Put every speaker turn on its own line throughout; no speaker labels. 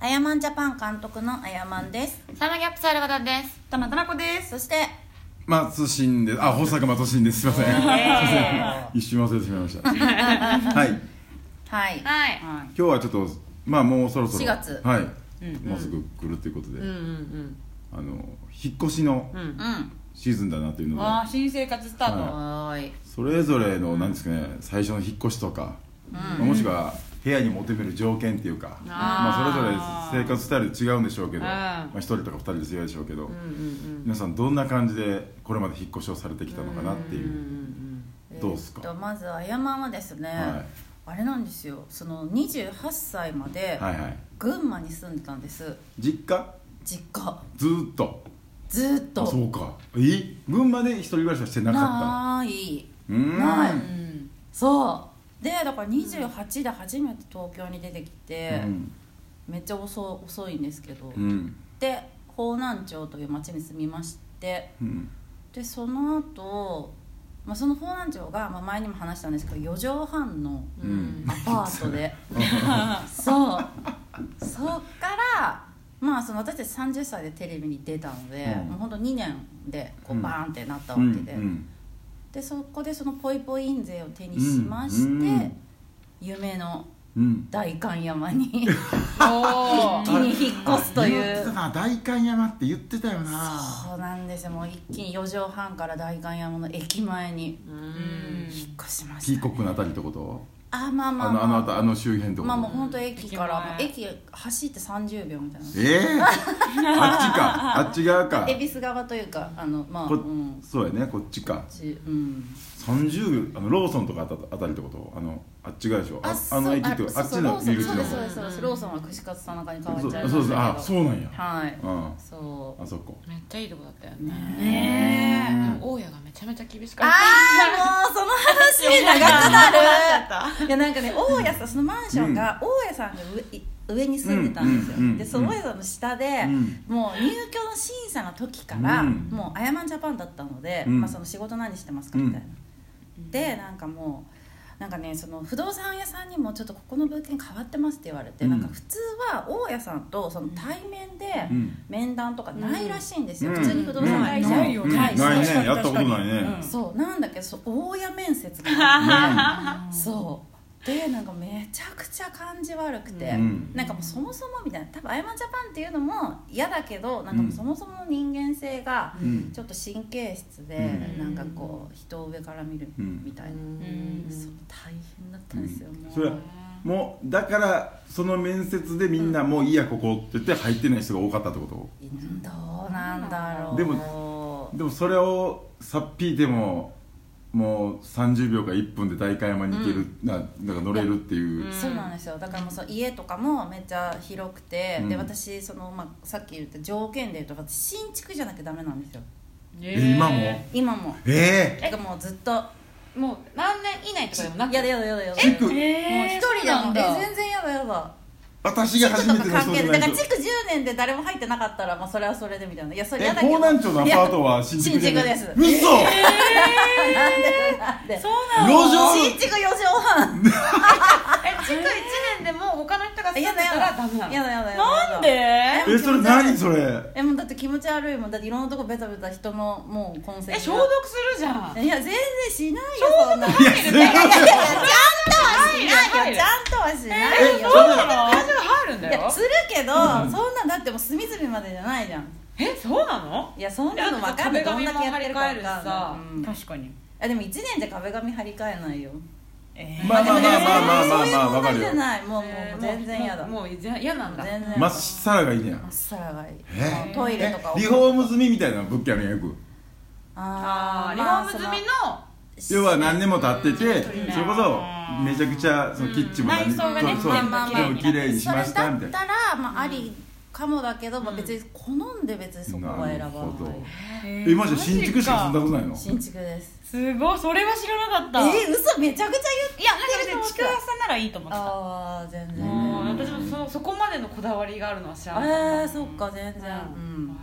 あやまんジャパン監督のあやまんです
サムギャップサルバダです。
たまたなこです。
そして
松新です。あ、保坂松新です。すみません。すいません。一瞬忘れてしまいま した。は
はい
は
い。今
い。
はい。
日はちょっと、まあ、もうそろそろ。
4月
はい。もうすぐ来るということで、
うんうん
あの、引っ越しの
うん。うん。
うん。
シーズンだなというので。
ああ新生活スタート。
おーい。
それぞれの、なんですかね、最初の引っ越しとか。もしくは、部屋に求める条件っていうか。まあ、それぞれ生活スタイル違うんでしょうけど。
うん
まあ、一人とか二人で違うでしょうけど。
うんうん
皆さん、どんな感じで、これまで引っ越しをされてきたのかなっていうう。
ん。。
どうです
えーっ
か。
とまずあやまんはですね、
は
あれなんですよその28歳まで
はいはい。
群馬に住んでたんです
実家。
実家
ずーっと
ずーっと
あそうかえ群馬で一人暮らしはしてなかっ
ない
たのうーん
ないう
うん
そうでだから28で初めて東京に出てきて、
ん
めっちゃ遅遅いんですけど、
うん
で方南町という町に住みまして
うん
でその後、まあその方南町が、まあ、前にも話したんですけど4畳半の
うん
アパートで、そうそっからまあその私たち30歳でテレビに出たので、
うん
もうほんと2年でこ
う
うんバーンってなったわ
う
け
ん
で、でそこでそのぽいぽい印税を手にしまして、
うんうん
夢の
うん
代官山 に一
おお
気。 に引っ越すとい
言って
う
たな代官山って言ってたよな
そうなんですよもう一気に4畳半から代官山の駅前に
うん。
引っ越しま
ピ
し
ー
た
コックのあたりってこと
あまあま
あ
あま
の
あ
あのあたあの周辺ってこと
まあもう本当駅から
うん
もう駅走って30秒みたいな
ええあっちかあっち側か
恵比寿側というかあのまあう
こ
んこ
そうやねこっちか
っちうん
30秒あのローソンとかあたあたりってことあのあっち側でしょあ
そう
あの駅っていうかあっちの入り口
そうそうで
の
すそうですそうですローソンは串カツ田中に変わっ
そう
ちゃいま
そう
し
そう
た
あ
け
そ
ど
うなんや
はいうそうん
あそこ
めっちゃいいとこだったよね。
ね
でも大家がめちゃめちゃ厳しかっ
あーもうその話長くなるいやなんかね大家さんそのマンションが大家さんが上い上に住んでたんですよ、
うんうんうん
でその大家さんの下で、
うん
もう入居の審査の時から、
うん
もうアヤマンジャパンだったので、
うん
まあ、その仕事何してますかみたいな、でなんかもうなんかねその不動産屋さんにもちょっとここの物件変わってますって言われて、
うん
なんか普通は大家さんとその対面で
うん
面談とかないらしいんですよ、
うん
普通に不動産会社
うん
に
よ
うん
対して
ないねやったことないね、
うん
そうなんだけどそう大家面接がそうでなんかめちゃくちゃ感じ悪くて、
うん
なんかもうそもそもみたいな多分「アヤマンジャパン」っていうのも嫌だけどなんかもうそもそもの人間性が
うん
ちょっと神経質で、
うん
なんかこう人を上から見る
うん
みたいな、そう大変だったんですよ、もう
それもうだからその面接でみんなもういいやここって言って入ってない人が多かったってこ
どうなんだろう
でもとでもそれをさっぴいてももう30秒か1分で代官山に行ける、ななんか乗れるっていう、
そうなんですよだからもうその家とかもめっちゃ広くて、
うん
で私その、まあ、さっき言った条件で言うと私新築じゃなきゃダメなんですよ
え今も
今も
ええ
てかもうずっと
もう何年以内とかでもなく
やだやだやだやだ
築
もう一人でもえ全然やだやだ
私が初め
と
て
か
の
関
人じ
係
ゃ
ないだか
ない
ら
と
築10年で誰も入ってなかったら、まあ、それはそれでみたいないやそれ
え
やだけど
高南町のアパートはい
や
新築じゃな
新
い
築
嘘、
です
え
なんで
そう
ー、
なの
路上
新築4畳半
え築1年でも他の人が住ん
や
で
だや
た
だ
らダメなの
やだやだやだ
なんで
えそれ何それ
えもうだって気持ち悪いもんだっていろんなとこベタベタ人のもう痕跡が
え消毒するじゃん
いや全然しないよそんない
や すごい
いやいやいやちゃんとはしない
入る
よちゃんとはしない
入るえ
よ
そうなの会社が入るん
い
だ
や
よ
するけど、そんなんだってもう隅々までじゃないじゃん
えそうなの
いやそんなの分かんない
いやだ
ど
っ
ん
て
だけやってるか分
壁紙も張り替えるし
か
さ
んない、うん
確かに。
あでも1年じゃ壁紙張り替えないよ
え
まあまあまあまあまあまあまあ
そういう問
わか
題
る
じ
よ
ゃないもうも
えー
う全然嫌だ
もうもう嫌なんだ
全然
ま
ま
っさらがいいねや
っさらがいい
え
もうトイレとか
えリフォーム済みみたいな物件あるやんよく
あ
あ
ー
ーリフ
まあ
ォーム済みの
その
要は何年も経っててそ
うん
れこそめちゃくちゃそのキッチンも何
内装がね
そうそう
まあまあまあ
そう綺麗にしましたみ
そ
た
れ
い
だ
な
ったら、まあ、ありかもだけど、まあ、別に好んで別にそこは選ばない
なるほど
え
え今じゃ新築しか住んだことないの
新築です
すごいそれは知らなかった。
えー、嘘めちゃくちゃ
いやなんか別
言ってると思っ
に
た
ちくわさんならいいと思
言
っ
う
てた。
ああ全然
う
ね
ん私もそそこまでのこだわりがあるのは知らなかっ
えー、そっか全然う
た
ん、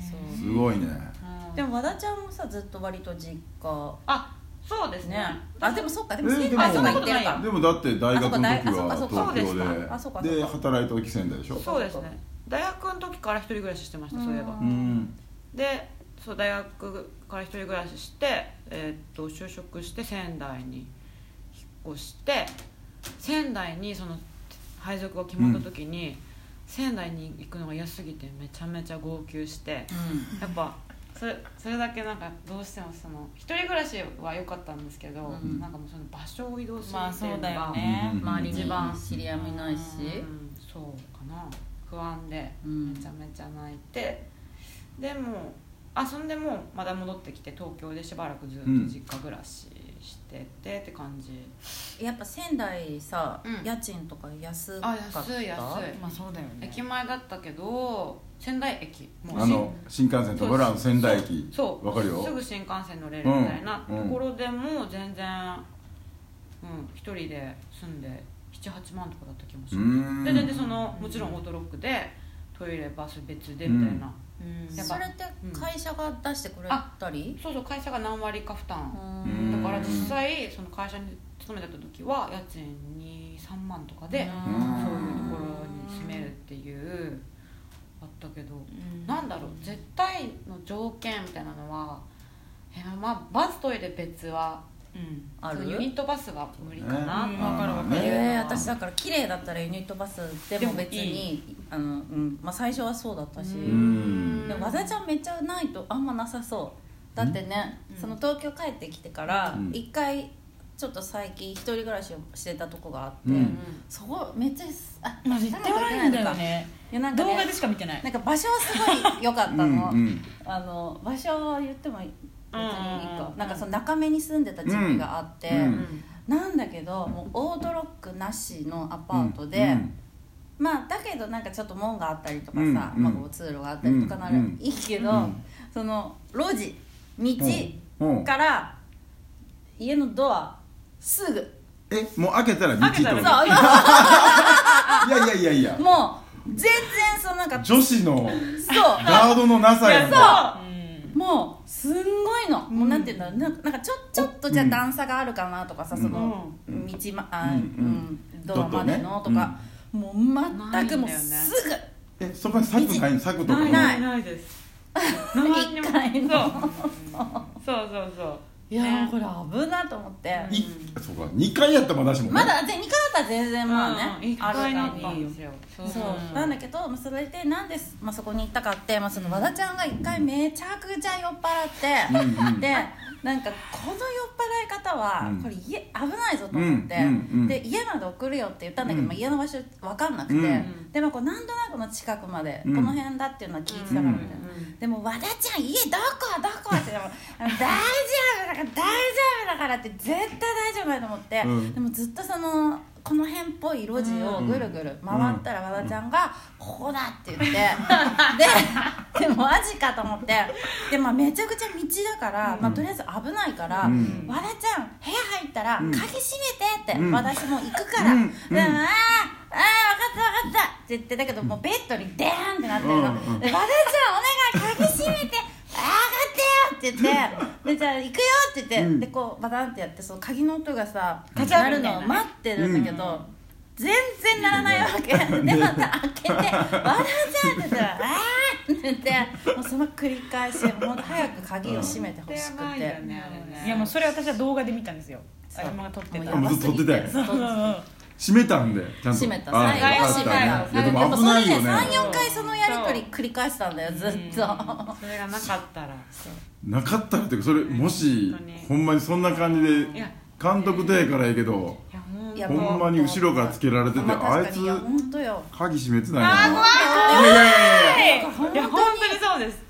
そう
すごいね
うん
でも和田ちゃんもさずっと割と実家
あそうですね
ね
あでもそっかでも
えー
仙
でも
台とか行ってるか
でもだって大学の時
あそ
は
うかあ
大
東
そう
京
か
で
そうかそうかそうか
で働いた時仙台でしょ
そうですね大学の時から一人暮らししてましたそういえば
う
うん
でそう大学から一人暮らしして、えーっと就職して仙台に引っ越して仙台にその配属が決まった時に、仙台に行くのが安すぎてめちゃめちゃ号泣してやっぱそれそれだけなんかどうしてもその一人暮らしは良かったんですけど、
ん
なんかもうその場所を移動する
ま
っ
あ
ていう
そ
の
う
が、
だよね
うん
周り一番知り合いもいないし
うんそうかな不安で
うん
めちゃめちゃ泣いて、でもあそんでもうまた戻ってきて東京でしばらくずっと実家暮らししててって感じ、
やっぱ仙台さ、
うん
家賃とか安か
あ
った
安い安い
まあそうだよね
駅前だったけど仙台駅もう
あの新幹線とブラウン仙台駅
そう
わかるよ
すぐ新幹線乗れるみたいな
う
と
ん
ころでも全然うん一人で住んで78万とかだった気もす
う
る
ん
で全然そのもちろんオートロックでトイレバス別でみたいな、
うん
やっ
そ
ぱ
れって会社が出してくれたり、
そうそう会社が何割か負担、
うん
だから実際その会社に勤めてた時は家賃23万とかでそういう
うん
ところに住めるっていうあったけどなんだろう絶対の条件みたいなのはえーまあバストイレ別は
うん
あ
そ
る
のユニットバスは無理かな、
ねわかるわかる
ね
えー、私だから綺麗だったらユニットバスでも別
でも
にあの、うんまあ、最初はそうだったし、
う
で
ん
も和田ちゃんめっちゃないとあんまなさそうだってね、その東京帰ってきてから
うん
一回ちょっと最近一人暮らしをしてたとこがあって、
うん
そこめっちゃあ
まあ絶対ないんだよね
いやなんか、
動画
ね
で、しか見てない
なんか場所はすごい良かったの、
うんうん
あの場所は言っても別にいい
うんうん
か
う、ん
なんかその中目に住んでた時期があって、
うんうん
なんだけどもうオートロックなしのアパートで、
うん
まあだけどなんかちょっと門があったりとかさ、
うんうん
まあ、こう通路があったりとかなら
う
い
ん
いけど、
うん
その路地
う
道
ん
から家のドアすぐ
えもう開けたら道ってこと
そう
い
も
やいやいやいや
う全然そのなんか
女子の
そう
ガードのなさやんか
うん
もうすんごいの、もうなんていうんだろうなんかなんかちょちょっとじゃあ
うん
段差があるかなとかさ、その道、まあ
う
う
ん
ん、ドアまでのとか、もう全くもうすぐ。
えそこに柵ないの柵とか
ない
な
ないいないです
一回の
そうそうそうそう
いやーこれ危なと思って
いそうか2階やったらまだしもね
まだ全2回だったら全然まあ
うんうん
ね
一
ある
回な
か
った
らいい
ん
よ
ですよそう
そう
そう
なんだけどまあそれでなんです、まあ、そこに行ったかって、まあ、その和田ちゃんが1回めちゃくちゃ酔っ払って、
うんうん
でなんかこの酔っ払い方は
うん
これ家危ないぞと思って、
うんうんうん
で家まで送るよって言ったんだけど、
うん
まあ、家の場所分かんなくて、
うん
でまあ、こうなんとなくの近くまで、
うん
この辺だっていうのは聞いてたからみたいな。でも和田ちゃん家どこどこってで も大丈夫だから大丈夫だからって絶対大丈夫だと思って、
うん
でもずっとそのこの辺っぽい路地をぐるぐる回ったら和田ちゃんが「ここだ」って言って、ででもマジかと思ってで、まあ、めちゃくちゃ道だから、まあ、とりあえず危ないから、
うん
和田ちゃん部屋入ったら
うん
「鍵閉めて」って、
うん
私もう行くから「
うん
であーあー分かった分かった」って言ってだけどもうベッドにデーンってなってるの、
うんうん
で「和田ちゃんお願い鍵閉めて」「あー分かったよ」って言って「でじゃあ行くよ」って言って、
うん
でこうバタンってやってその鍵の音がさガ
ガチ
チ
ャ
ャ
ン
な
みたい
る
な
のを待ってるんだけど、全然ならないわけでまた開けて「笑っちゃう」って言ったら「あーって言ってもうその繰り返しもう早く鍵を閉めてほし
絶
く
対ないよ
て。
ねあれね
いやもうそれ私は動画で見たんですよあ
う
今撮って
も
た
う
あ
や
もう
ば
ずっ
す
と撮っ
ぎ
てた
て
んや
そうそうそう
閉めたんでちゃんと
閉めた
あ
最後
よ
は
かっ
閉め
ね
た
いやでも危
そ
ない
れ
よ
ね
ね
34回そのやり取り繰り返したんだよずっと
それがなかったら
なかったらっていうかそれもし
本当に
ほんまにそんな感じで
いや
監督でやからやけど
いやもう
いや
ほんまに後ろからつけられてて
ま
あ
あ確
い
か
つ
にいや本当よ
鍵閉めてないな
怖
いやいやいやいや
いいや本当にそうです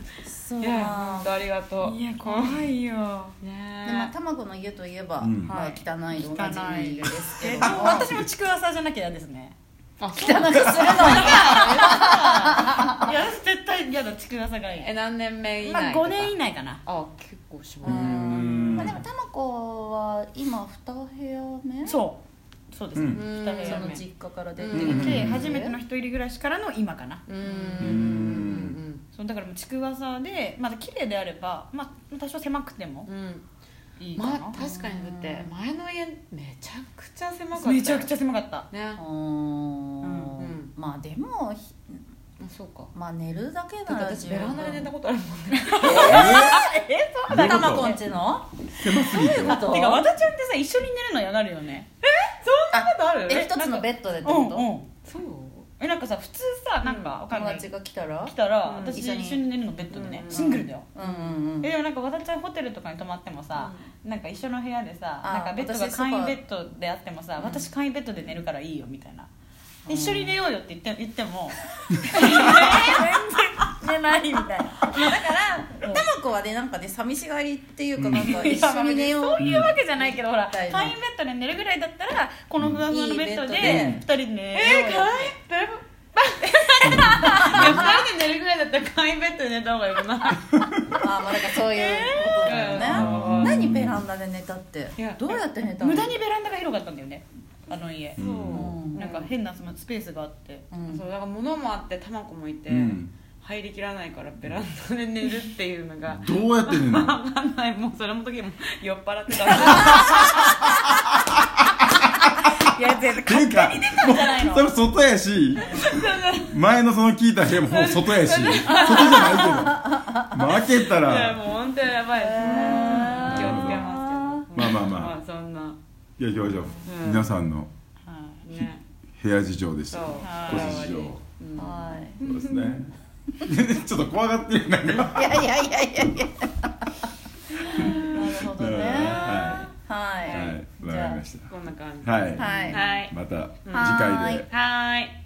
そう
いや本当ありがとう
いや怖いよ
でまあ
ね
卵の家といえば、
うん
まあ、汚いでおなじみですけ
え
ど
っ
も
と私もちくわさじゃなきゃ嫌ですね
汚くするのに
いや私絶対嫌だちくわさがいい
え何年目以
まあ
内
5年以内かな
あ結構しま
うー
す
ん
まあ、でもタマコは今2部屋目
そうそうですね
うん
二部
そ
屋
の
目
実家から出て
うん
き
で
て
初めての一人暮らしからの今かな
うー
ん
ん
そうだからもうちくわさでまだ綺麗であれば、まあ、多少狭くても
うん
い
いいかな、
まあ確かにだって前の家めちゃくちゃ狭かった
めちゃくち
ゃ
ゃ狭かった
ね
うん
うん
まあでもひ
あそうか
まあ寝るだけな
だっ
ら
て私ベランダで寝たことあるもんね
そう
たまこんちの
狭すぎてよ
あと
てか和田ちゃんってさ一緒に寝るの嫌がるよね
そんなことある
え一つのベッドでって
う
こ
ん
と、
うん
そう
えなんかさ普通さなんかわかん
友
ない
達が来たら
来たら、
うん
私
一緒に
一緒に寝るのベッドでね、
うん
シングルだよ、
うんうんうん
えでもなんか和田ちゃんホテルとかに泊まってもさ、なんか一緒の部屋でさ
あー
なんかベッドが
私ソファー
簡易ベッドであってもさ私簡易ベッドで寝るからいいよみたいなで一緒に寝ようよって言って言っても
寝ないみたいなだからたまこはねなんかね寂しがりっていうかなんか一緒に寝よう
そういうわけじゃないけど、ほら
みたいな
簡易ベッドで寝るぐらいだったらこのふわふわのベッド
いい
で
ベ
二人で寝ようよって、
だいぶいや二人で寝るぐらいだったら簡易ベッドで寝た方がよくない
ああまあだからそういうことだよね、
うん
何ベランダで寝たって
いや
どうやって寝たの
無駄にベランダが広かったんだよねあの家、
うん
うん
なんか変なそのスペースがあって
うん
そうだから物もあってタマコもいて、
うん
入りきらないからベランダで寝るっていうのが
どうやって寝るの
わかんないもうそれも時も酔っ払ってたから
いや絶対
ていうか
じゃないの
多分外やし前のその聞いた部屋もほぼ外やし外じゃないけど、まあ、開けた
いや
ら
もう本当にやばいですね気をつけますけど
まあまあまあ
まあそんな、
いや行きましょ
う
う、
ん
皆さんの
はい
ね、
部屋事情でし
そ
た
う
個人事情
うん
はい
そうですね ちょっと怖がってるなんか
いやいやいやいやいや。なるほどね。
は
はい。
はいいわかりまし
こんな感じ
たはい、
はい。
はい
また次
は
回
い
で
はい